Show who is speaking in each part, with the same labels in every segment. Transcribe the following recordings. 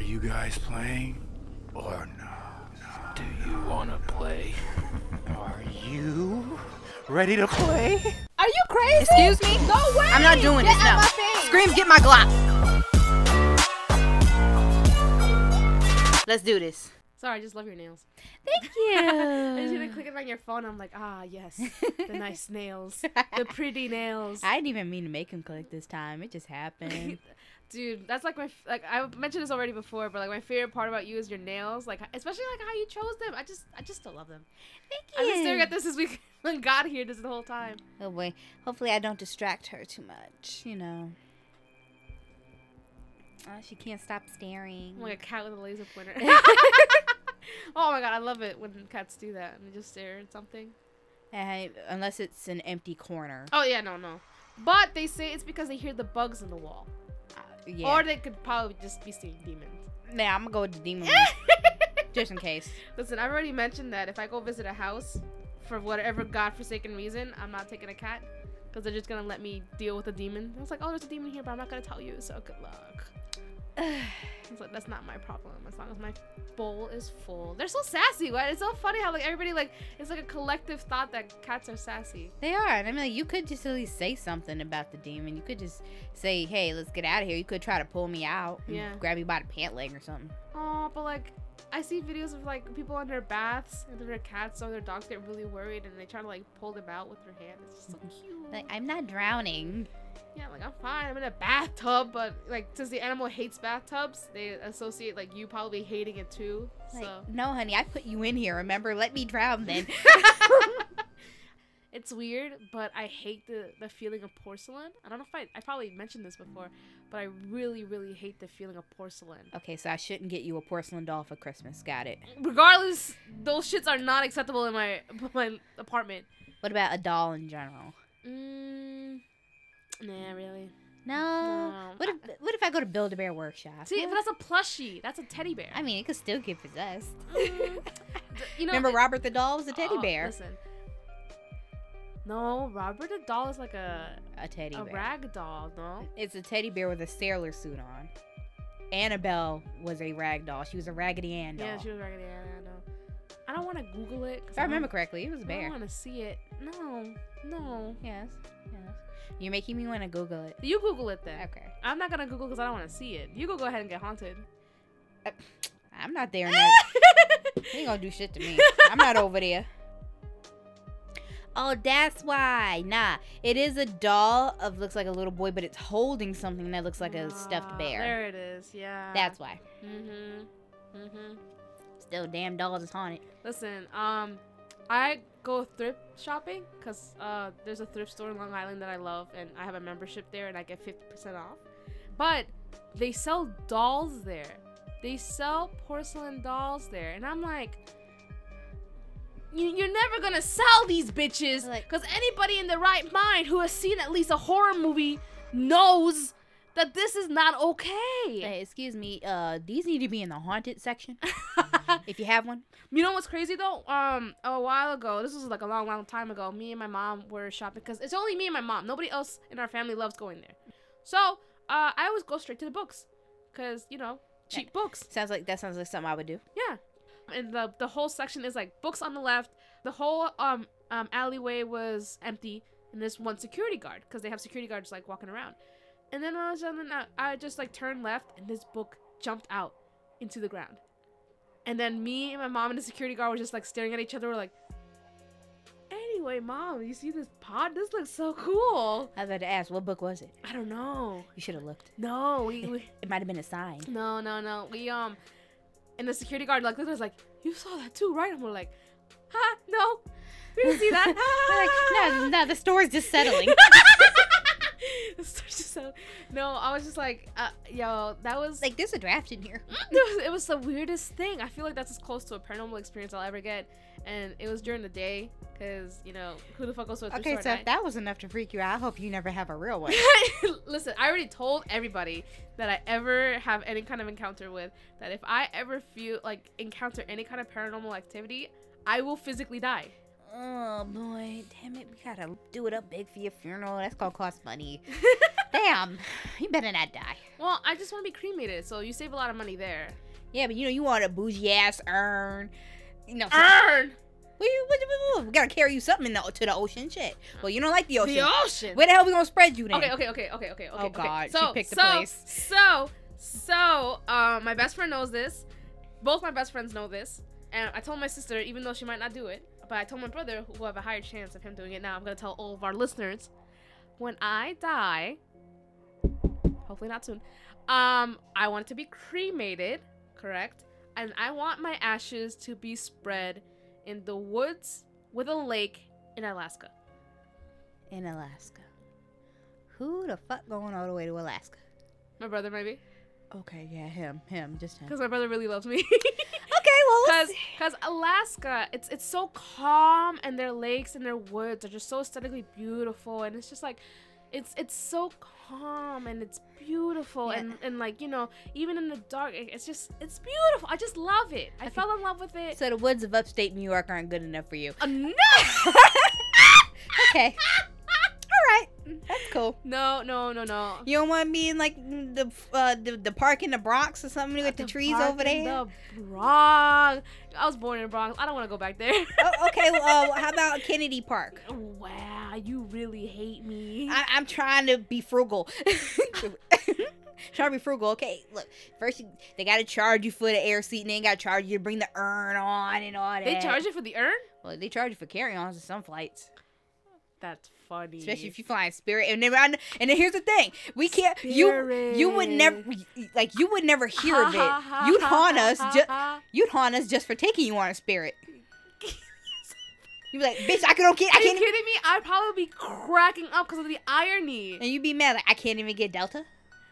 Speaker 1: you guys playing or no?
Speaker 2: Do you wanna play?
Speaker 1: Are you ready to play?
Speaker 3: Are you crazy?
Speaker 4: Excuse me?
Speaker 3: No way.
Speaker 4: I'm not doing
Speaker 3: Get
Speaker 4: this
Speaker 3: out
Speaker 4: now.
Speaker 3: my face.
Speaker 4: Scream, get my Glock. Let's do this.
Speaker 5: Sorry, I just love your nails.
Speaker 3: Thank
Speaker 5: I just gonna
Speaker 3: you.
Speaker 5: click it on your phone. I'm like, ah, yes, the nice nails, the pretty nails.
Speaker 3: I didn't even mean to make him click this time. It just happened.
Speaker 5: Dude, that's like my f- like I mentioned this already before, but like my favorite part about you is your nails, like especially like how you chose them. I just I just still love them. I've been staring at this since we got here this whole time.
Speaker 3: Oh boy. Hopefully I don't distract her too much. You know. Oh, she can't stop staring.
Speaker 5: I'm like a cat with a laser pointer. oh my god, I love it when cats do that and they just stare at something.
Speaker 3: I- Uh, unless it's an empty corner.
Speaker 5: Oh yeah, no, no. But they say it's because they hear the bugs in the wall,
Speaker 3: Uh, yeah.
Speaker 5: or they could probably just be seeing demons.
Speaker 3: nah, I'm gonna go with the demon. one, just in case.
Speaker 5: Listen, I've already mentioned that if I go visit a house for whatever godforsaken reason, I'm not taking a cat because they're just gonna let me deal with a demon. I was like, oh, there's a demon here, but I'm not gonna tell you, so good luck. It's like, that's not my problem as long as my bowl is full. They're so sassy. What? It's so funny how like everybody like it's like a collective thought that cats are sassy.
Speaker 3: They are. And I mean, like, you could just at least say something about the demon. You could just say, hey, let's get out of here. You could try to pull me out and
Speaker 5: Yeah.
Speaker 3: grab me by the pant leg or something.
Speaker 5: Oh, but like I see videos of like people on their baths and their cats or their dogs get really worried and they try to like pull them out with their hand. It's just so cute.
Speaker 3: Like, I'm not drowning.
Speaker 5: Yeah, like I'm fine. I'm in a bathtub, but like since the animal hates bathtubs, they associate like you probably hating it too.
Speaker 3: Like,
Speaker 5: So
Speaker 3: no, honey, I put you in here. Remember, let me drown then.
Speaker 5: it's weird, but I hate the the feeling of porcelain. I don't know if I I probably mentioned this before, but I really really hate the feeling of porcelain.
Speaker 3: okay, so I shouldn't get you a porcelain doll for Christmas. Got it.
Speaker 5: Regardless, those shits are not acceptable in my my apartment.
Speaker 3: What about a doll in general?
Speaker 5: Mm, nah, really.
Speaker 3: No.
Speaker 5: No.
Speaker 3: What if What if I go to Build a Bear Workshop?
Speaker 5: See, but that's a plushie. That's a teddy bear.
Speaker 3: I mean, it could still get possessed.
Speaker 5: Mm, you know,
Speaker 3: Remember, Robert the doll was a teddy
Speaker 5: Oh,
Speaker 3: bear.
Speaker 5: Listen. No, Robert the doll is like a
Speaker 3: A teddy
Speaker 5: a
Speaker 3: bear.
Speaker 5: rag doll, no?
Speaker 3: It's a teddy bear with a sailor suit on. Annabelle was a rag doll. She was a Raggedy Ann doll.
Speaker 5: Yeah, she was Mhm. raggedy Ann. I know. I don't want to Google it. 'cause
Speaker 3: if I remember
Speaker 5: don't-
Speaker 3: correctly, it was a
Speaker 5: I
Speaker 3: bear.
Speaker 5: don't want to see it. No, no.
Speaker 3: Yes. Yes. You're making me want to Google it.
Speaker 5: You Google it then.
Speaker 3: Okay.
Speaker 5: I'm not gonna Google because I don't want to see it. You go go ahead and get haunted.
Speaker 3: I'm not there now. They ain't gonna do shit to me. I'm not over there. Oh, that's why. Nah, it is a doll of looks like a little boy, but it's holding something that looks like a
Speaker 5: Ah,
Speaker 3: stuffed bear.
Speaker 5: There it is. Yeah.
Speaker 3: That's why.
Speaker 5: Mhm. Mhm.
Speaker 3: Still, damn dolls is haunted.
Speaker 5: Listen, um, I go thrift shopping because uh, there's a thrift store in Long Island that I love, and I have a membership there, and I get 50% off. But they sell dolls there. They sell porcelain dolls there, and I'm like, "You- you're never gonna sell these bitches,
Speaker 3: Like-
Speaker 5: because anybody in their right mind who has seen at least a horror movie knows that this is not okay.
Speaker 3: Hey, excuse me. Uh, these need to be in the haunted section if you have one.
Speaker 5: You know what's crazy though? Um, a while ago, this was like a long, long time ago. Me and my mom were shopping because it's only me and my mom. Nobody else in our family loves going there. So uh, I always go straight to the books, cause you know cheap books.
Speaker 3: Sounds like that sounds like something I would do.
Speaker 5: Yeah, and the the whole section is like books on the left. The whole um um alleyway was empty, and there's one security guard because they have security guards like walking around. And then all of a sudden, I, I just like turned left, and this book jumped out into the ground. And then me and my mom and the security guard were just like staring at each other. We're like, anyway, mom, you see this pod? This looks so cool.
Speaker 3: I was about to ask, what book was it?
Speaker 5: I don't know.
Speaker 3: You should have looked.
Speaker 5: No, we, we
Speaker 3: It might have been a sign.
Speaker 5: no, no, no. We um, and the security guard like looked at us like, you saw that too, right? And we're like, huh? No, we didn't see that.
Speaker 3: They're like, no, no, the store's just settling.
Speaker 5: It's just so no, I was just like, uh, yo, that was
Speaker 3: like, there's a draft in here.
Speaker 5: it was, it was the weirdest thing. I feel like that's as close to a paranormal experience I'll ever get, and it was during the day because you know who the fuck goes to a thrift
Speaker 3: Okay,
Speaker 5: store
Speaker 3: so
Speaker 5: at
Speaker 3: if
Speaker 5: night?
Speaker 3: that was enough to freak you out, I hope you never have a real one.
Speaker 5: Listen, I already told everybody that I ever have any kind of encounter with that if I ever feel like encounter any kind of paranormal activity, I will physically die.
Speaker 3: Oh boy, damn it, we gotta do it up big for your funeral. That's gonna cost money. damn, you better not die.
Speaker 5: Well, I just want to be cremated, so you save a lot of money there.
Speaker 3: Yeah, but you know you want a bougie ass urn. You know, so-
Speaker 5: Earn
Speaker 3: we, we, we, we, we gotta carry you something in the, to the ocean. Shit. Well, you don't like the ocean.
Speaker 5: the ocean.
Speaker 3: Where the hell we gonna spread you then?
Speaker 5: Okay, okay, okay, okay, okay, okay.
Speaker 3: Oh, God,
Speaker 5: okay.
Speaker 3: she picked a
Speaker 5: so,
Speaker 3: place.
Speaker 5: So, so, um, my best friend knows this. Both my best friends know this, and I told my sister, even though she might not do it, but I told my brother, who will have a higher chance of him doing it now. I'm gonna tell all of our listeners, when I die, hopefully not soon. Um, I want it to be cremated, correct? And I want my ashes to be spread in the woods with a lake in Alaska.
Speaker 3: In Alaska. Who the fuck going all the way to Alaska?
Speaker 5: My brother, maybe,
Speaker 3: Okay, yeah, him, him, just him. Okay,
Speaker 5: because my brother really loves me.
Speaker 3: well, let's-
Speaker 5: because because Alaska, it's it's so calm and their lakes and their woods are just so aesthetically beautiful and it's just like it's it's so calm and it's beautiful
Speaker 3: Yeah.
Speaker 5: and and like you know even in the dark it- it's just it's beautiful. I just love it. I fell in love with it.
Speaker 3: so the woods of upstate New York aren't good enough for you.
Speaker 5: Uh, no,
Speaker 3: Okay. all right, that's cool.
Speaker 5: no, no, no, no.
Speaker 3: You don't want to be in like the uh, the, the park in the Bronx or something with the, trees
Speaker 5: park
Speaker 3: over
Speaker 5: in
Speaker 3: there.
Speaker 5: The Bronx. I was born in the Bronx. I don't want to go back there.
Speaker 3: oh, okay, well, uh, how about Kennedy Park?
Speaker 5: Wow, you really hate me.
Speaker 3: I, I'm trying to be frugal. trying to be frugal. Okay, look, first you, they gotta charge you for the air seat, and then gotta charge you to bring the urn on and all that.
Speaker 5: they charge you for the urn?
Speaker 3: Well, they charge you for carry-ons in some flights,
Speaker 5: That's funny.
Speaker 3: especially if you fly in Spirit. And then, I kn- and then here's the thing: we can't. You you would never like you would never hear of it. You'd haunt us. Just You'd haunt us just for taking you on a spirit. You'd be like, bitch, I don't get, I
Speaker 5: Are
Speaker 3: can't.
Speaker 5: you
Speaker 3: e-, Even,
Speaker 5: kidding me? I'd probably be cracking up because of the irony.
Speaker 3: and you'd be mad like, I can't even get Delta.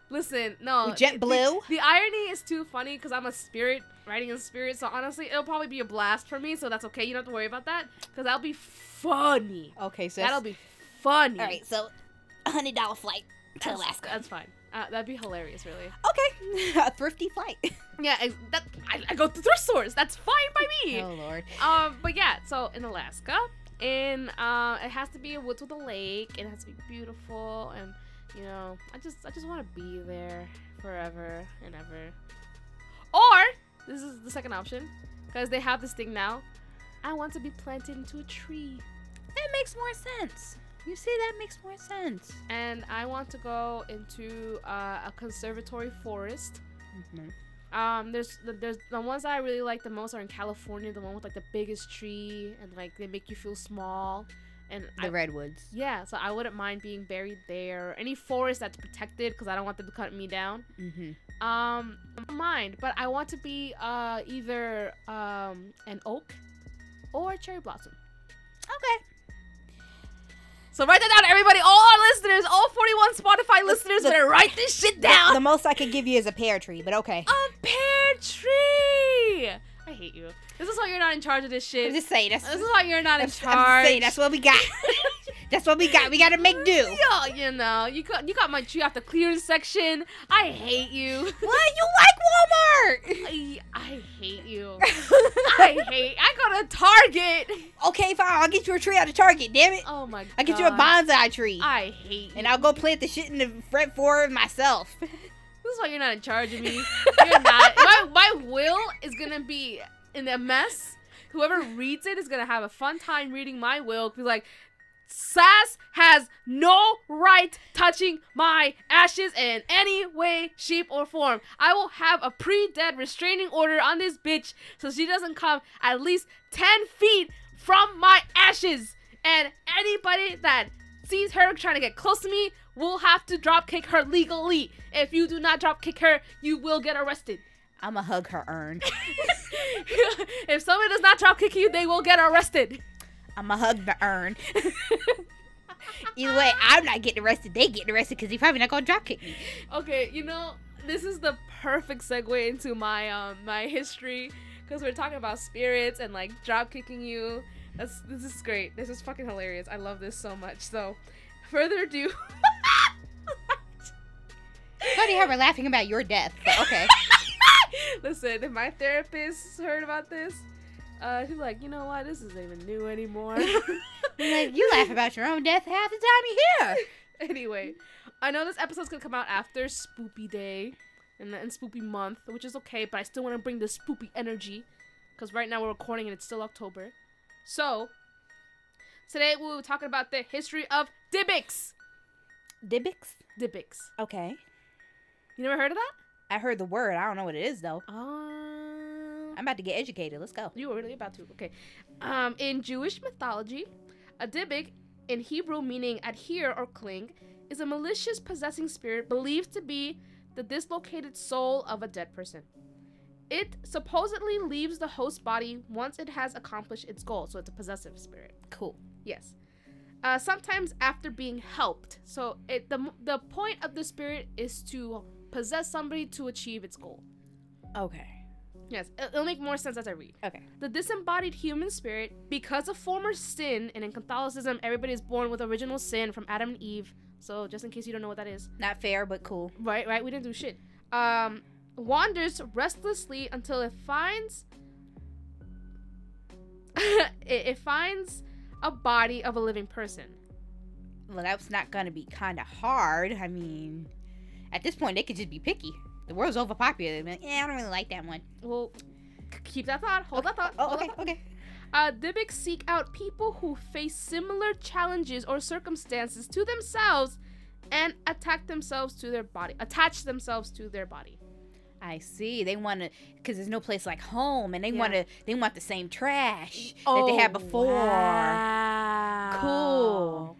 Speaker 5: Listen, no.
Speaker 3: With JetBlue?
Speaker 5: The, the irony is too funny because I'm a spirit, writing in spirit. So honestly, it'll probably be a blast for me. So that's okay. You don't have to worry about that because that'll be funny.
Speaker 3: Okay, so
Speaker 5: That'll be funny.
Speaker 3: all right. So, a hundred dollar flight to
Speaker 5: That's-
Speaker 3: Alaska.
Speaker 5: That's fine. Uh, that'd be hilarious, really.
Speaker 3: okay, a thrifty flight.
Speaker 5: Yeah, I, that, I, I go to thrift stores. That's fine by me.
Speaker 3: Oh, lord.
Speaker 5: um, but yeah, so in Alaska, and uh, it has to be a woods with a lake. and It has to be beautiful, and you know, I just I just want to be there forever and ever. Or this is the second option, because they have this thing now. I want to be planted into a tree,
Speaker 3: That makes more sense. You see, that makes more sense.
Speaker 5: and I want to go into uh, a conservatory forest.
Speaker 3: Mhm.
Speaker 5: Um, there's the, there's the ones that I really like the most are in California, the one with like the biggest tree, and like they make you feel small. And
Speaker 3: The
Speaker 5: I,
Speaker 3: redwoods.
Speaker 5: Yeah, so I wouldn't mind being buried there. Any forest that's protected, because I don't want them to cut me down.
Speaker 3: Mm-hmm.
Speaker 5: Um, I don't mind, but I want to be uh either um an oak or a cherry blossom.
Speaker 3: Okay.
Speaker 5: So write that down, everybody. All our listeners, all 41 Spotify listeners,
Speaker 3: the-
Speaker 5: better write this shit
Speaker 3: The,
Speaker 5: down.
Speaker 3: the most I could give you is a pear tree, but okay.
Speaker 5: a pear tree. I hate you. This is why you're not in charge of this shit.
Speaker 3: I'm
Speaker 5: This
Speaker 3: just saying that's.
Speaker 5: is why you're not in
Speaker 3: I'm just saying
Speaker 5: charge.
Speaker 3: that's what we got. that's what we got. We gotta make do.
Speaker 5: Yo, you know, you got you got my tree off the clearance section. I hate you.
Speaker 3: What? You like
Speaker 5: I, I hate you.
Speaker 3: Walmart?
Speaker 5: I hate. I go to Target.
Speaker 3: okay, fine. I'll get you a tree out of Target. Damn it!
Speaker 5: Oh my god.
Speaker 3: I'll get you a bonsai tree,
Speaker 5: I hate you.
Speaker 3: and I'll go plant the shit in the front for myself.
Speaker 5: this is why you're not in charge of me. You're not. My, my will is gonna be in a mess. Whoever reads it is gonna have a fun time reading my will. Be like, Sass has no right touching my ashes in any way, shape, or form. I will have a pre-dead restraining order on this bitch so she doesn't come at least 10 feet from my ashes. And anybody that sees her trying to get close to me will have to drop kick her legally. If you do not drop kick her, you will get arrested.
Speaker 3: I'ma hug her urn.
Speaker 5: if someone does not drop kick you, they will get arrested.
Speaker 3: I'ma hug the urn. Either way, I'm not getting arrested. They getting arrested because he probably not gonna drop kick me.
Speaker 5: Okay, you know, this is the perfect segue into my um my history because we're talking about spirits and like drop kicking you. That's this is great. This is fucking hilarious. I love this so much. So, further ado.
Speaker 3: Funny how we're laughing about your death. But okay.
Speaker 5: Listen, if my therapist heard about this, Uh, he's like, you know what? This isn't even new anymore.
Speaker 3: Like, you laugh about your own death half the time you hear.
Speaker 5: anyway, I know this episode's gonna come out after Spoopy Day and, and Spoopy Month, which is okay, but I still want to bring the Spoopy energy because right now we're recording and it's still October. So today we will be talking about the history of Dibbix.
Speaker 3: Dibbix?
Speaker 5: Dibbix.
Speaker 3: Okay.
Speaker 5: You never heard of that?
Speaker 3: I heard the word. I don't know what it is though.
Speaker 5: Um,
Speaker 3: I'm about to get educated. Let's go.
Speaker 5: You were really about to. Okay. Um, in Jewish mythology, a dibbik, in Hebrew meaning adhere or cling, is a malicious possessing spirit believed to be the dislocated soul of a dead person. It supposedly leaves the host body once it has accomplished its goal, so it's a possessive spirit.
Speaker 3: Cool.
Speaker 5: Yes. Uh, sometimes after being helped. So it the the point of the spirit is to possess somebody to achieve its goal.
Speaker 3: Okay.
Speaker 5: Yes, it- it'll make more sense as I read.
Speaker 3: Okay.
Speaker 5: The disembodied human spirit, because of former sin, and in Catholicism, everybody is born with original sin from Adam and Eve. So, just in case you don't know what that is,
Speaker 3: Not fair, but cool.
Speaker 5: right, right, we didn't do shit. Um, wanders restlessly until it finds. it, it finds a body of a living person.
Speaker 3: Well, that's not gonna be kind of hard. I mean, at this point, they could just be picky. The world's overpopulated. Man. Yeah, I don't really like that one.
Speaker 5: Well, c- keep that thought. Hold that thought.
Speaker 3: Oh,
Speaker 5: hold that
Speaker 3: okay, okay.
Speaker 5: Uh, Dybbuk seek out people who face similar challenges or circumstances to themselves and attack themselves to their body, attach themselves to their body.
Speaker 3: I see. They want to, cause there's no place like home, and they
Speaker 5: Yeah. Oh,
Speaker 3: want to. They want the same trash that they had
Speaker 4: Oh,
Speaker 3: before. Cool.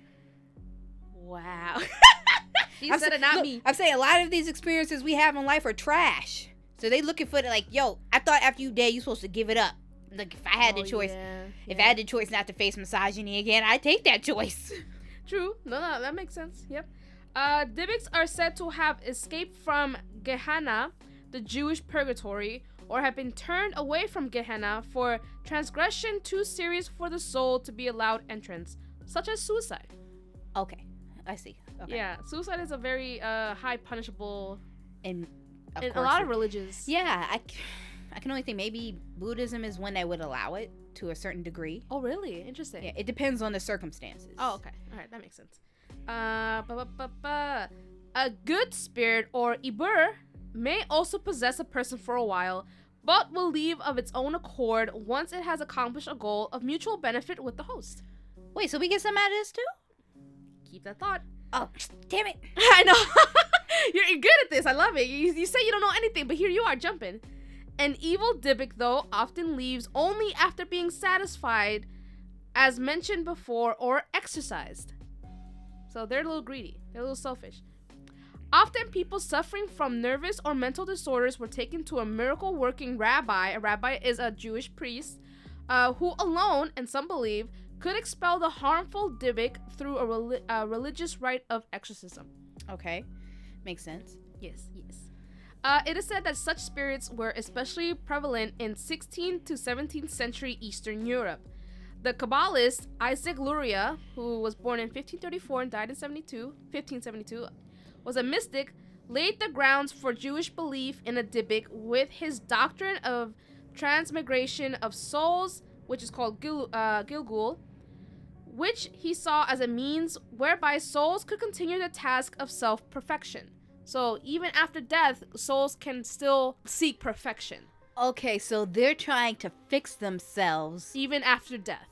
Speaker 4: Wow. you
Speaker 3: I'm
Speaker 4: said
Speaker 3: sa-
Speaker 4: it, not
Speaker 3: look,
Speaker 4: me.
Speaker 3: I'm saying a lot of these experiences we have in life are trash. So they looking for the like, yo, I thought after you dead, you supposed to give it up. Like if I had the
Speaker 5: Oh,
Speaker 3: choice,
Speaker 5: yeah,
Speaker 3: if
Speaker 5: yeah.
Speaker 3: I had the choice not to face misogyny again, I would take that choice.
Speaker 5: True. No, no, that makes sense. Yep. Uh, Dybbuk's are said to have escaped from Gehenna, the Jewish purgatory, or have been turned away from Gehenna for transgression too serious for the soul to be allowed entrance, such as suicide.
Speaker 3: Okay, I see. Okay.
Speaker 5: Yeah, suicide is a very uh, high punishable
Speaker 3: and of
Speaker 5: in a
Speaker 3: course
Speaker 5: lot
Speaker 3: it-
Speaker 5: of religions.
Speaker 3: Yeah, I, c- I can only think maybe Buddhism is one that would allow it to a certain degree.
Speaker 5: Oh, really? Interesting.
Speaker 3: Yeah, it depends on the circumstances.
Speaker 5: Oh, okay. All right, that makes sense. Uh, ba, ba, ba, ba. A good spirit or ibur may also possess a person for a while, but will leave of its own accord once it has accomplished a goal of mutual benefit with the host.
Speaker 3: Wait, so we get some out of this too?
Speaker 5: Keep that thought.
Speaker 3: Oh, damn it.
Speaker 5: I know. You're you're good at this. I love it. You, you say you don't know anything, but here you are jumping. An evil Dybbuk, though, often leaves only after being satisfied, as mentioned before, or exercised. So they're a little greedy. They're a little selfish. Often, people suffering from nervous or mental disorders were taken to a miracle working rabbi. A rabbi is a Jewish priest uh, who alone, and some believe, could expel the harmful Dybbuk through a, reli- a religious rite of exorcism.
Speaker 3: Okay, makes sense.
Speaker 5: Yes, yes. Uh, it is said that such spirits were especially prevalent in 16th to 17th century Eastern Europe. The Kabbalist Isaac Luria, who was born in 1534 and died in 72, 1572, was a mystic, laid the grounds for Jewish belief in a Dybbuk with his doctrine of transmigration of souls, which is called Gil- uh, Gilgul, which he saw as a means whereby souls could continue the task of self perfection. So even after death, souls can still seek perfection,
Speaker 3: Okay, so they're trying to fix themselves
Speaker 5: even after death.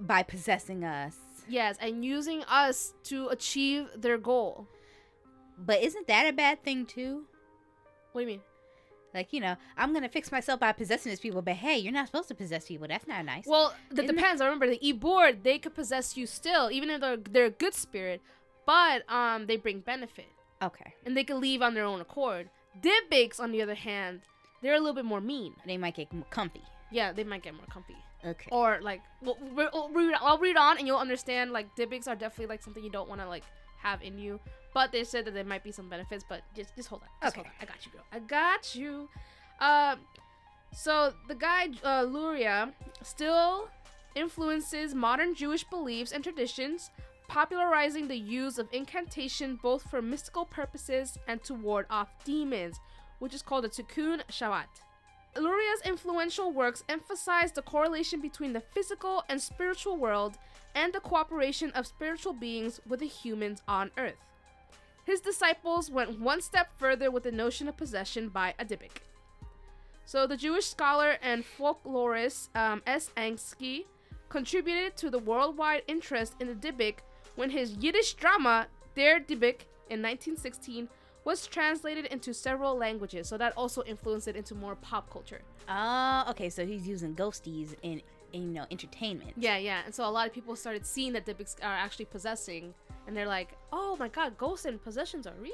Speaker 3: by possessing us.
Speaker 5: Yes, and using us to achieve their goal.
Speaker 3: But isn't that a bad thing too?
Speaker 5: What do you mean?
Speaker 3: Like, you know, I'm gonna fix myself by possessing these people, but hey, you're not supposed to possess people. That's not nice.
Speaker 5: Well,
Speaker 3: Isn't
Speaker 5: that
Speaker 3: it-
Speaker 5: depends. I remember the Ebor, they could possess you still, even if they're, they're a good spirit, but um, they bring benefit
Speaker 3: okay.
Speaker 5: and they can leave on their own accord. Dibbiks, on the other hand, they're a little bit more mean.
Speaker 3: They might get m- comfy.
Speaker 5: Yeah, they might get more comfy.
Speaker 3: Okay.
Speaker 5: Or like, well, we'll, we'll read, I'll read on and you'll understand. Like, Dibbiks are definitely like something you don't want to like have in you. But they said that there might be some benefits. But just, just hold on. Just hold
Speaker 3: Okay.
Speaker 5: on. I got you, girl. I got you. Um, so the guy uh, Luria still influences modern Jewish beliefs and traditions, popularizing the use of incantation both for mystical purposes and to ward off demons, which is called the Tikkun Shabbat. Luria's influential works emphasize the correlation between the physical and spiritual world and the cooperation of spiritual beings with the humans on Earth. His disciples went one step further with the notion of possession by Adipic. So, the Jewish scholar and folklorist um, S. Angsky contributed to the worldwide interest in Adipic when his Yiddish drama, Der Dibbik, in 1916, was translated into several languages, so that also influenced it into more pop culture.
Speaker 3: Oh, okay. So he's using ghosties in, in you know entertainment.
Speaker 5: Yeah, yeah. And so a lot of people started seeing that Dibbiks are actually possessing, and they're like, "Oh my God, ghosts and possessions are real."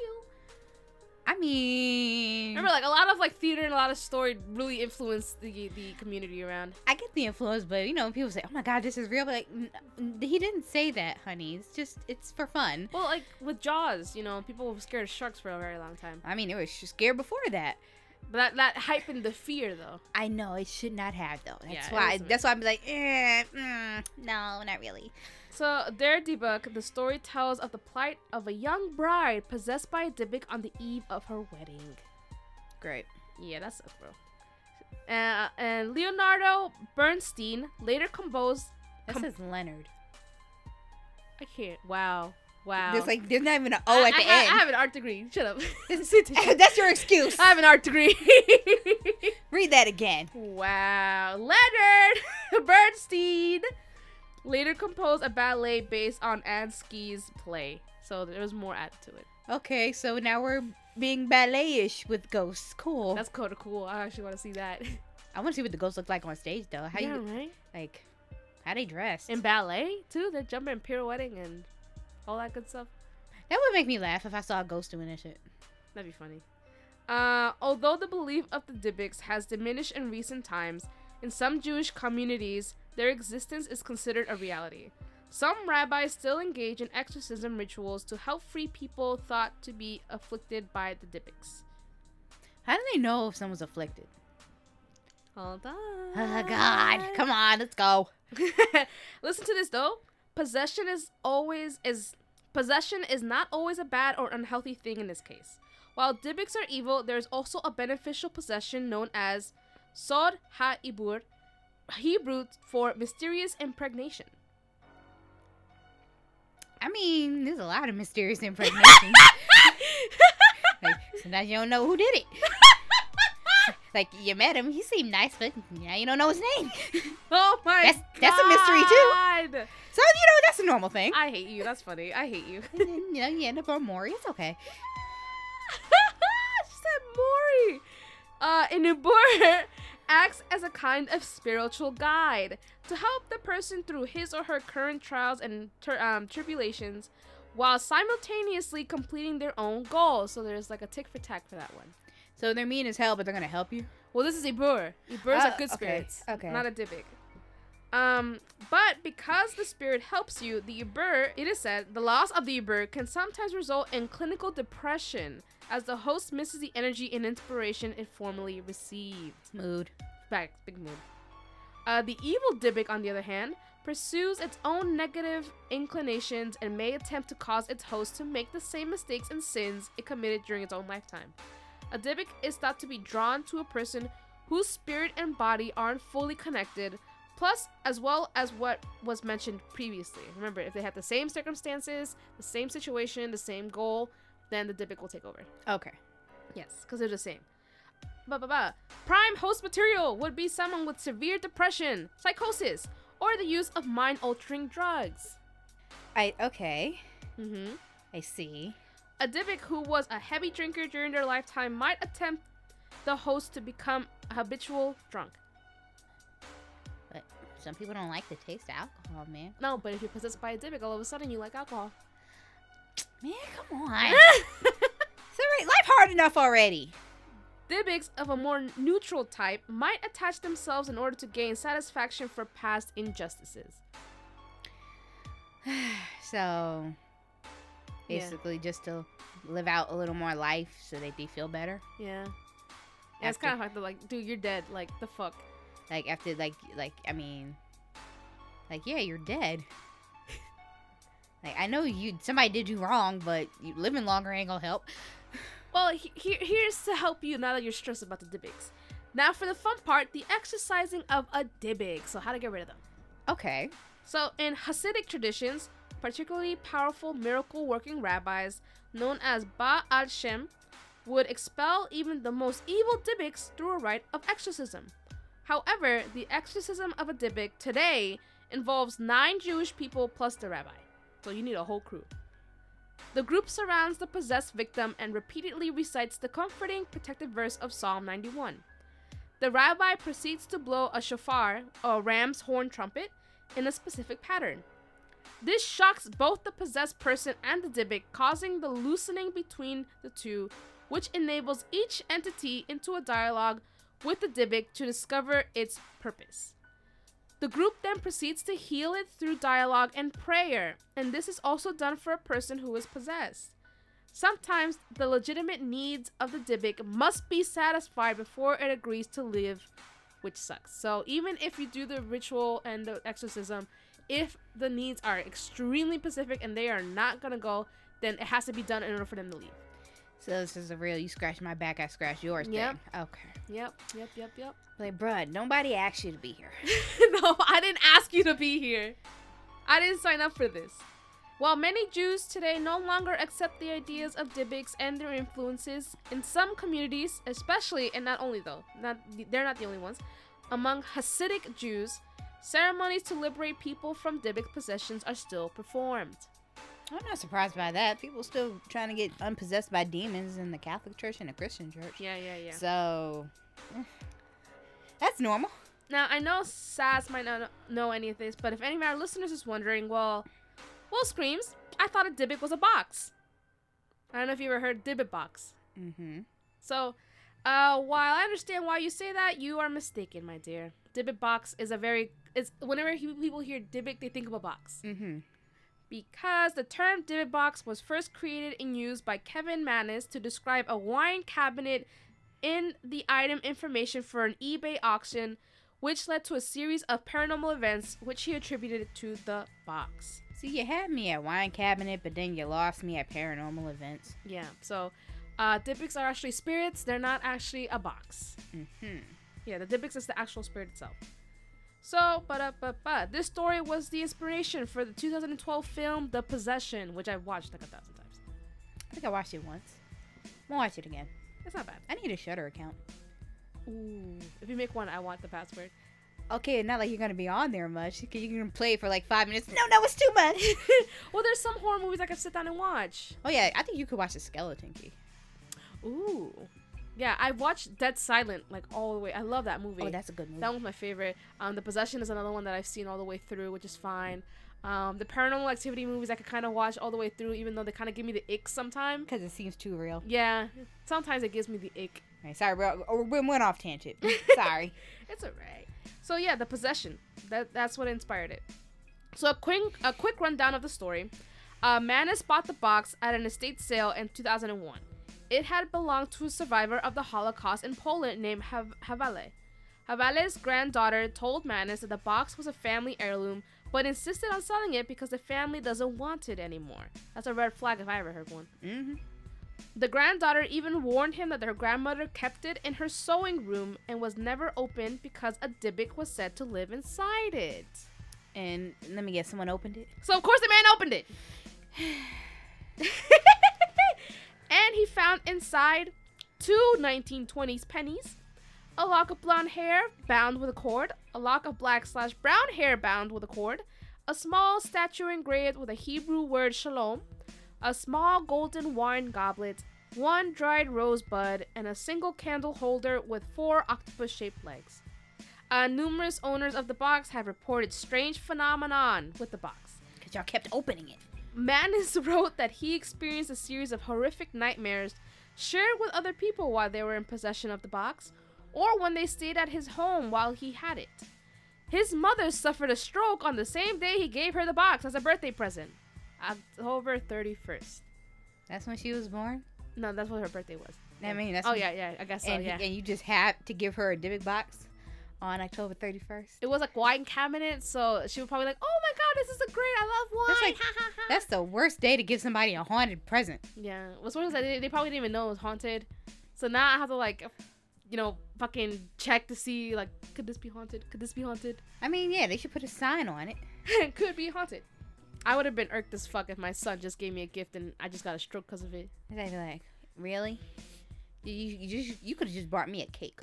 Speaker 3: I mean,
Speaker 5: Remember, like a lot of like theater and a lot of story really influenced the the community around.
Speaker 3: I get the influence, but you know, people say, "Oh my God, this is real," but like n- n- he didn't say that, honey. It's just it's for fun.
Speaker 5: Well, like with Jaws, you know, people were scared of sharks for a very long time,
Speaker 3: I mean, it was scared before that.
Speaker 5: but that that heightened the fear though.
Speaker 3: I know it should not have though. That's
Speaker 5: Yeah, it
Speaker 3: why.
Speaker 5: was a
Speaker 3: That's why I'm like, eh, mm, no, not really.
Speaker 5: So, Der Dibuk, the story tells of the plight of a young bride possessed by a Dibuk on the eve of her wedding.
Speaker 3: Great.
Speaker 5: Yeah, that sucks, bro. Uh, and Leonardo Bernstein later composed.
Speaker 3: This
Speaker 5: Com-
Speaker 3: is Leonard.
Speaker 5: I can't. Wow. Wow.
Speaker 3: There's like there's not even an O
Speaker 5: I-
Speaker 3: at the
Speaker 5: I, I,
Speaker 3: end.
Speaker 5: I have an art degree. Shut up.
Speaker 3: That's your excuse.
Speaker 5: I have an art degree.
Speaker 3: Read that again.
Speaker 5: wow. Leonard Bernstein later composed a ballet based on Ansky's play. So there was more added to it.
Speaker 3: Okay, so now we're being ballet-ish with ghosts. Cool.
Speaker 5: That's kind of cool. I actually want to see that.
Speaker 3: I want to see what the ghosts look like on stage, though. How you
Speaker 5: right?
Speaker 3: like? How they dress?
Speaker 5: In ballet too, they're jumping and pirouetting and all that good stuff.
Speaker 3: that would make me laugh if I saw a ghost doing that shit.
Speaker 5: That'd be funny. Uh, although the belief of the Dibbicks has diminished in recent times, in some Jewish communities, their existence is considered a reality. Some rabbis still engage in exorcism rituals to help free people thought to be afflicted by the Dibbicks.
Speaker 3: How do they know if someone's afflicted?
Speaker 5: Hold on.
Speaker 3: Oh God! Come on, let's go.
Speaker 5: Listen to this though. Possession is always is possession is not always a bad or unhealthy thing in this case. While dibbiks are evil, there is also a beneficial possession known as sod ha-ibur, Hebrew for mysterious impregnation.
Speaker 3: I mean, there's a lot of mysterious impregnation. like, sometimes you don't know who did it. like you met him, he seemed nice, but now you don't know his name.
Speaker 5: Oh my
Speaker 3: That's- that's a mystery, too.
Speaker 5: God.
Speaker 3: So you know that's a normal thing.
Speaker 5: I hate you. That's funny. I hate you.
Speaker 3: And then, you know, you end up on Maury. It's okay.
Speaker 5: she said Mori. Uh, Inubur acts as a kind of spiritual guide to help the person through his or her current trials and tur um, tribulations while simultaneously completing their own goals. So there's like a tick for tack for that one.
Speaker 3: So they're mean as hell, but they're gonna help you.
Speaker 5: Well, this is Ibur. Ibur's
Speaker 3: Oh,
Speaker 5: are good
Speaker 3: okay,
Speaker 5: spirits,
Speaker 3: okay.
Speaker 5: not a Dibbic. Um, but because the spirit helps you, the Ibur, it is said, the loss of the Ibur can sometimes result in clinical depression as the host misses the energy and inspiration it formerly received.
Speaker 3: Mood.
Speaker 5: Back, big move. Uh, the evil Dybbuk, on the other hand, pursues its own negative inclinations and may attempt to cause its host to make the same mistakes and sins it committed during its own lifetime. A Dybbuk is thought to be drawn to a person whose spirit and body aren't fully connected, plus, as well as what was mentioned previously. Remember, if they have the same circumstances, the same situation, the same goal, then the Dybbuk will take over.
Speaker 3: Okay.
Speaker 5: Yes, because they're the same. Ba ba ba. Prime host material would be someone with severe depression, psychosis, or the use of mind altering drugs.
Speaker 3: I okay.
Speaker 5: Mm-hmm.
Speaker 3: I see.
Speaker 5: A Dybbuk who was a heavy drinker during their lifetime might attempt the host to become a habitual drunk.
Speaker 3: But some people don't like the taste of alcohol, man.
Speaker 5: No, but if you're possessed by a Dybbuk, all of a sudden you like alcohol.
Speaker 3: Man, come on. it's all right. Life hard enough already.
Speaker 5: Dibbics of a more neutral type might attach themselves in order to gain satisfaction for past injustices.
Speaker 3: So
Speaker 5: Yeah.
Speaker 3: basically just to live out a little more life so that they feel better.
Speaker 5: Yeah. Yeah, it's
Speaker 3: After-
Speaker 5: kind of hard to like, dude, you're dead. Like, the fuck.
Speaker 3: Like after like like I mean like yeah, you're dead. like I know you somebody did you wrong, but you living longer ain't gonna help.
Speaker 5: Well, he, he, here's to help you now that you're stressed about the Dibbics. Now for the fun part, the exercising of a dibig. So how to get rid of them.
Speaker 3: Okay.
Speaker 5: So, in Hasidic traditions, particularly powerful miracle working rabbis known as Ba'al Shem would expel even the most evil Dibics through a rite of exorcism. However, the exorcism of a Dibic today involves nine Jewish people plus the rabbi, so you need a whole crew. The group surrounds the possessed victim and repeatedly recites the comforting protective verse of Psalm 91. The rabbi proceeds to blow a shofar, or ram's horn trumpet, in a specific pattern. This shocks both the possessed person and the Dybbuk, causing the loosening between the two, which enables each entity into a dialogue with the Dybbuk to discover its purpose. The group then proceeds to heal it through dialogue and prayer, and this is also done for a person who is possessed. Sometimes the legitimate needs of the Dybbuk must be satisfied before it agrees to live which sucks. So even if you do the ritual and the exorcism, if the needs are extremely specific and they are not gonna go, then it has to be done in order for them to leave.
Speaker 3: So this is a real you scratch my back, I scratch yours
Speaker 5: Yep.
Speaker 3: thing. Okay.
Speaker 5: Yep, yep, yep, yep.
Speaker 3: Like, bruh, nobody asked you to be here.
Speaker 5: no, I didn't ask you to be here. I didn't sign up for this. While many Jews today no longer accept the ideas of Dybbuk's and their influences, in some communities, especially and not only though, not they're not the only ones, among Hasidic Jews, ceremonies to liberate people from Dybbuk possessions are still performed.
Speaker 3: I'm not surprised by that. People still trying to get unpossessed by demons in the Catholic Church and the Christian Church.
Speaker 5: Yeah, yeah, yeah.
Speaker 3: So that's normal.
Speaker 5: Now, I know Sass might not know any of this, but if any of our listeners is wondering, well, well, Screams, I thought a Dybbuk was a box. I don't know if you ever heard Dybbuk box.
Speaker 3: Mm-hmm.
Speaker 5: So, uh, while I understand why you say that, you are mistaken, my dear. Dybbuk box is a very, it's, whenever he- people hear Dybbuk, they think of a box.
Speaker 3: Mm-hmm.
Speaker 5: Because the term divot box was first created and used by Kevin Manis to describe a wine cabinet in the item information for an eBay auction, which led to a series of paranormal events which he attributed to the box.
Speaker 3: See, you had me at wine cabinet, but then you lost me at paranormal events.
Speaker 5: Yeah, so uh, Dybbuk's are actually spirits, they're not actually a box.
Speaker 3: Mm-hmm.
Speaker 5: Yeah, the Dybbuk is the actual spirit itself. So, but uh, but but this story was the inspiration for the 2012 film The Possession, which I've watched like a thousand times.
Speaker 3: I think I watched it once. I'm gonna watch it again.
Speaker 5: It's not bad.
Speaker 3: I need a Shutter account.
Speaker 5: Ooh. If you make one, I want the password.
Speaker 3: Okay, not like you're gonna be on there much. You can, you can play for like five minutes. No, no, it's too much.
Speaker 5: Well, there's some horror movies I can sit down and watch.
Speaker 3: oh yeah, I think you could watch the Skeleton Key.
Speaker 5: Ooh. Yeah, I watched Dead Silent like all the way. I love that movie.
Speaker 3: Oh, that's a good movie.
Speaker 5: that one's my favorite. Um, The Possession is another one that I've seen all the way through, which is fine. Um, the Paranormal Activity movies I could kind of watch all the way through, even though they kind of give me the ick sometimes.
Speaker 3: Because it seems too real.
Speaker 5: Yeah, sometimes it gives me the ick.
Speaker 3: All right, sorry, bro. Oh, we went off tangent. sorry.
Speaker 5: It's alright. So yeah, the possession. That that's what inspired it. So a quick a quick rundown of the story. Uh, Manus bought the box at an estate sale in 2001. It had belonged to a survivor of the Holocaust in Poland named Hav- Havale. Havale's granddaughter told Manus that the box was a family heirloom, but insisted on selling it because the family doesn't want it anymore. That's a red flag if I ever heard one.
Speaker 3: Mm-hmm.
Speaker 5: The granddaughter even warned him that her grandmother kept it in her sewing room and was never opened because a Dybbuk was said to live inside it.
Speaker 3: And let me guess, someone opened it.
Speaker 5: So, of course, the man opened it. and he found inside two 1920s pennies, a lock of blonde hair bound with a cord, a lock of black slash brown hair bound with a cord, a small statue engraved with a Hebrew word shalom, a small golden wine goblet, one dried rosebud, and a single candle holder with four octopus shaped legs. Uh, numerous owners of the box have reported strange phenomenon with the box.
Speaker 3: Because y'all kept opening it.
Speaker 5: Madness wrote that he experienced a series of horrific nightmares shared with other people while they were in possession of the box, or when they stayed at his home while he had it. His mother suffered a stroke on the same day he gave her the box as a birthday present, October 31st.
Speaker 3: That's when she was born?
Speaker 5: No, that's what her birthday was.
Speaker 3: I mean, that's
Speaker 5: oh
Speaker 3: when-
Speaker 5: yeah, yeah, I guess so.
Speaker 3: and,
Speaker 5: yeah,
Speaker 3: and you just had to give her a Dybbuk box on October 31st.
Speaker 5: it was like wine cabinet, so she was probably like, "Oh my god, this is a great! I love wine!"
Speaker 3: That's like- That's the worst day to give somebody a haunted present.
Speaker 5: Yeah. What's worse is that they, they probably didn't even know it was haunted. So now I have to like, you know, fucking check to see like, could this be haunted? Could this be haunted?
Speaker 3: I mean, yeah, they should put a sign on it.
Speaker 5: could be haunted. I would have been irked as fuck if my son just gave me a gift and I just got a stroke because of it.
Speaker 3: And I'd be like, really? You, you, you just you could have just brought me a cake.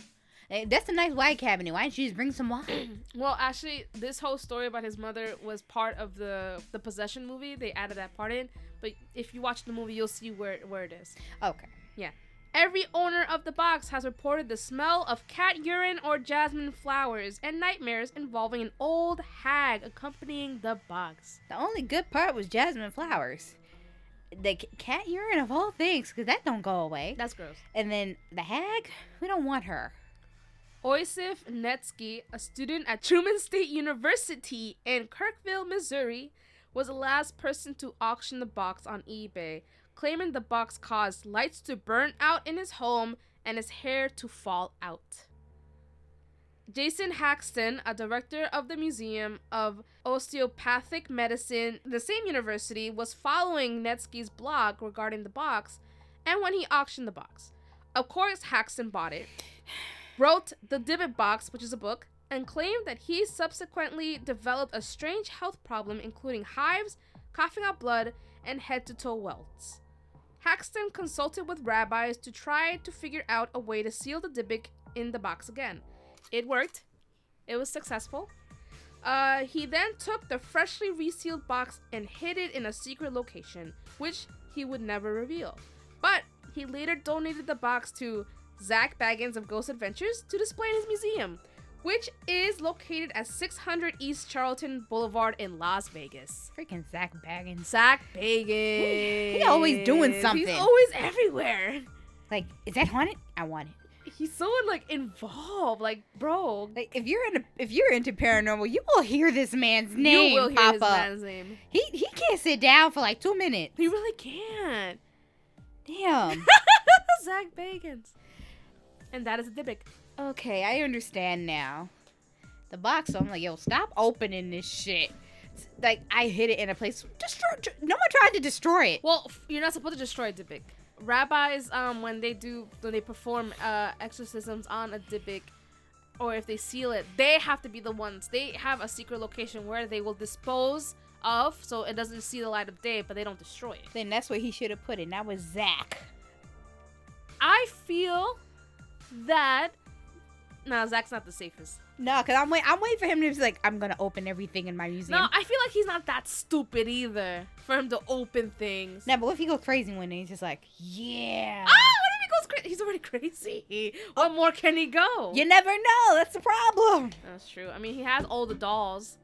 Speaker 3: Eh, That's a nice wine cabinet. Why didn't you just bring some wine?
Speaker 5: Well, actually, this whole story about his mother was part of the the possession movie. They added that part in, but if you watch the movie, you'll see where where it is.
Speaker 3: okay.
Speaker 5: Every owner of the box has reported the smell of cat urine or jasmine flowers and nightmares involving an old hag accompanying the box.
Speaker 3: The only good part was jasmine flowers. The c- cat urine of all things, because that don't go away.
Speaker 5: That's gross.
Speaker 3: And then the hag, we don't want her.
Speaker 5: Oisif Netsky, a student at Truman State University in Kirkville, Missouri, was the last person to auction the box on eBay, claiming the box caused lights to burn out in his home and his hair to fall out. Jason Haxton, a director of the Museum of Osteopathic Medicine, the same university, was following Netsky's blog regarding the box and when he auctioned the box. Of course, Haxton bought it wrote The Divot Box, which is a book, and claimed that he subsequently developed a strange health problem, including hives, coughing out blood, and head to toe welts. Haxton consulted with rabbis to try to figure out a way to seal the Dybbuk in the box again. It worked, it was successful. Uh, he then took the freshly resealed box and hid it in a secret location, which he would never reveal. But he later donated the box to Zach Baggins of Ghost Adventures to display in his museum, which is located at 600 East Charlton Boulevard in Las Vegas.
Speaker 3: Freaking Zach Baggins.
Speaker 5: Zach Baggins.
Speaker 3: He always doing something.
Speaker 5: He's always everywhere.
Speaker 3: Like, is that haunted? I want it.
Speaker 5: He's so like involved, like bro.
Speaker 3: Like, if you're in, if you're into paranormal, you will hear this man's name
Speaker 5: you will hear
Speaker 3: pop
Speaker 5: his
Speaker 3: up.
Speaker 5: man's name.
Speaker 3: He he can't sit down for like two minutes.
Speaker 5: He really can't.
Speaker 3: Damn.
Speaker 5: Zach Bagans. And that is a Dybbuk.
Speaker 3: okay, I understand now. The box. So I'm like, yo, stop opening this shit. S- Like, I hid it in a place. Destroy. tr- No one tried to destroy it.
Speaker 5: Well, f- you're not supposed to destroy a Dybbuk. Rabbis, um, when they do, when they perform uh, exorcisms on a Dybbuk, or if they seal it, they have to be the ones. They have a secret location where they will dispose of, so it doesn't see the light of day, but they don't destroy it.
Speaker 3: Then that's where he should have put it. and That was Zach.
Speaker 5: I feel that. No, Zach's not the safest.
Speaker 3: No, cause I'm wait, I'm waiting for him to be like, I'm gonna open everything in my museum.
Speaker 5: No, I feel like he's not that stupid either for him to open things.
Speaker 3: No, but what if he go crazy one day? He's just like, yeah.
Speaker 5: Ah, what if he goes crazy? He's already crazy. What more can he go?
Speaker 3: Oh. You never know. That's the problem.
Speaker 5: That's true. I mean, he has all the dolls.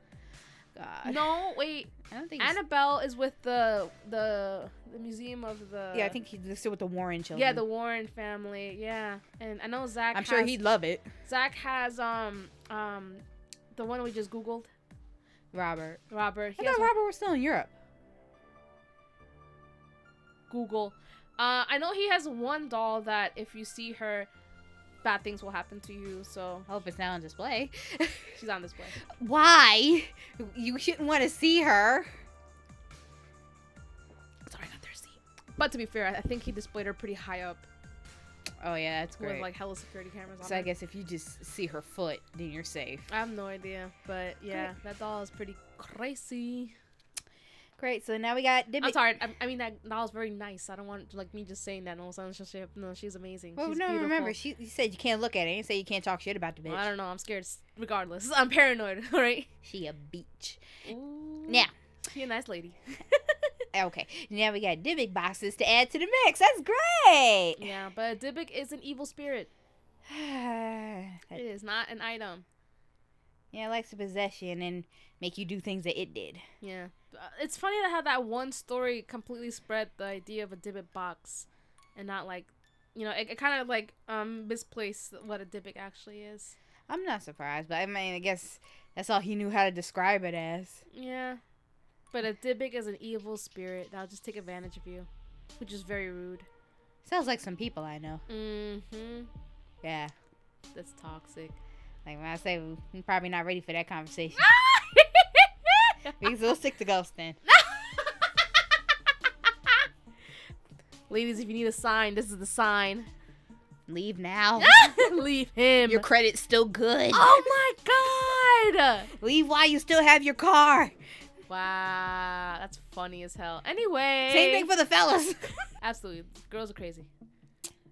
Speaker 3: God.
Speaker 5: No, wait.
Speaker 3: I don't think. He's,
Speaker 5: Annabelle is with the the the museum of the
Speaker 3: yeah, I think he's listed with Uh, the Warren children.
Speaker 5: yeah the Warren family. Yeah, and I know Zach.
Speaker 3: I'm sure
Speaker 5: has-
Speaker 3: he'd love it.
Speaker 5: Zach has um um the one we just googled
Speaker 3: Robert.
Speaker 5: Robert.
Speaker 3: I
Speaker 5: He has
Speaker 3: thought
Speaker 5: one-
Speaker 3: Robert was still in Europe.
Speaker 5: Google. Uh, I know he has one doll that if you see her, bad things will happen to you. So
Speaker 3: I hope it's not on display.
Speaker 5: she's on display.
Speaker 3: Why? You shouldn't want to see her.
Speaker 5: Sorry, not thirsty. But to be fair, I I think he displayed her pretty high up
Speaker 3: Oh yeah, that's
Speaker 5: with
Speaker 3: great.
Speaker 5: like hella security cameras on.
Speaker 3: so I
Speaker 5: her.
Speaker 3: guess if you just see her foot, then you're safe.
Speaker 5: I have no idea, but yeah, that doll is pretty crazy.
Speaker 3: Great. So now we got.
Speaker 5: I'm sorry. I, I mean, that doll's very nice. I don't want like me just saying that. and all of a sudden she'll say, No, she's amazing.
Speaker 3: Well,
Speaker 5: she's
Speaker 3: no,
Speaker 5: beautiful.
Speaker 3: remember she you said you can't look at it. You say you can't talk shit about the bitch.
Speaker 5: Well, I don't know. I'm scared. s- Regardless, I'm paranoid. All right.
Speaker 3: She a beach.
Speaker 5: Ooh,
Speaker 3: Now,
Speaker 5: She a nice lady.
Speaker 3: okay. Now we got Dybbuk boxes to add to the mix. That's great.
Speaker 5: Yeah, but Dybbuk is an evil spirit. It
Speaker 3: yeah,
Speaker 5: is not an item.
Speaker 3: it likes to possess you and then make you do things that it did.
Speaker 5: Yeah. Uh, It's funny that how that one story completely spread the idea of a Dybbuk box, and not like, you know, it, it kind of like um misplaced what a Dybbuk actually is.
Speaker 3: I'm not surprised, but I mean, I guess that's all he knew how to describe it as.
Speaker 5: Yeah. But a Dybbuk is an evil spirit that'll just take advantage of you, which is very rude.
Speaker 3: Sounds like some people I know.
Speaker 5: Mm-hmm.
Speaker 3: Yeah.
Speaker 5: That's toxic.
Speaker 3: Like when I say I'm probably not ready for that conversation. because we'll stick to ghosting.
Speaker 5: Ladies, if you need a sign, this is the sign.
Speaker 3: Leave now.
Speaker 5: Leave him.
Speaker 3: Your credit's still good.
Speaker 5: oh my god.
Speaker 3: Leave while you still have your car.
Speaker 5: Wow, that's funny as hell. Anyway,
Speaker 3: Same thing for the fellas.
Speaker 5: absolutely. Girls are crazy.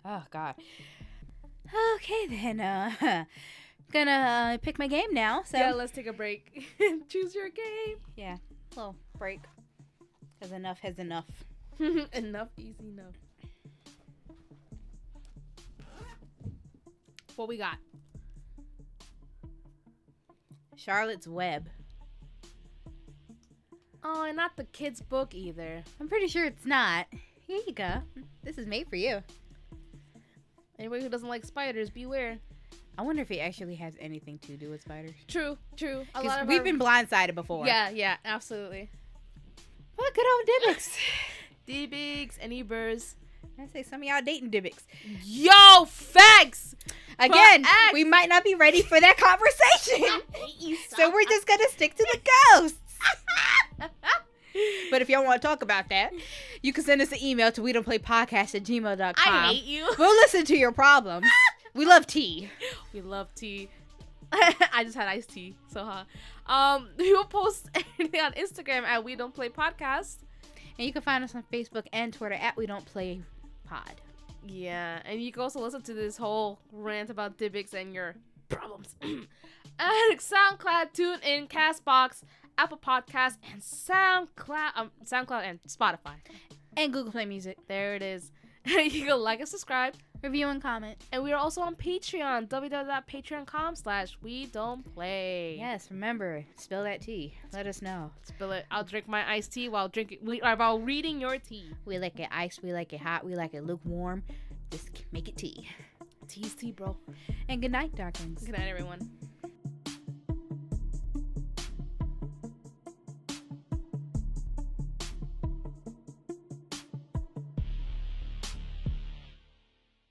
Speaker 3: Oh God. Okay then. Uh, gonna uh, pick my game now. So
Speaker 5: yeah, let's take a break. Choose your game.
Speaker 3: yeah, little break. Cause enough has enough.
Speaker 5: enough, easy enough. What we got?
Speaker 3: Charlotte's Web.
Speaker 5: Oh, and not the kids' book either.
Speaker 3: I'm pretty sure it's not. Here you go. This is made for you.
Speaker 5: Anybody who doesn't like spiders, beware.
Speaker 3: I wonder if it actually has anything to do with spiders.
Speaker 5: True, true. A
Speaker 3: 'Cause
Speaker 5: lot of
Speaker 3: we've
Speaker 5: our-
Speaker 3: been blindsided before.
Speaker 5: Yeah, yeah, absolutely.
Speaker 3: Well, good old Dibbicks.
Speaker 5: D-Bigs and Ebers.
Speaker 3: I say some of y'all dating Dibbicks.
Speaker 5: Yo, facts!
Speaker 3: Again,
Speaker 5: Correct.
Speaker 3: we might not be ready for that conversation. so we're just gonna stick to the ghosts. but if y'all want to talk about that, you can send us an email to we don't play podcast at gmail.com.
Speaker 4: I hate you.
Speaker 3: We'll listen to your problems. we love tea.
Speaker 5: We love tea. I just had iced tea, so huh. Um, we will post anything on Instagram at We Don't Play Podcast.
Speaker 3: And you can find us on Facebook and Twitter at we don't play pod.
Speaker 5: Yeah, and you can also listen to this whole rant about Dibbicks and your problems. and SoundCloud, TuneIn, CastBox, Apple Podcasts, and SoundCloud, um, SoundCloud and Spotify.
Speaker 3: And Google Play Music.
Speaker 5: There it is. you can like and subscribe,
Speaker 3: Review and comment.
Speaker 5: and we are also on Patreon. www.patreon.com slash We Don't Play.
Speaker 3: Yes, remember, spill that tea. Let us know.
Speaker 5: Spill it. I'll drink my iced tea while drinking while reading your tea.
Speaker 3: We like it iced, we like it hot, we like it lukewarm. Just make it tea.
Speaker 5: Tea's tea, bro.
Speaker 3: And good night, darklings.
Speaker 5: Good night, everyone.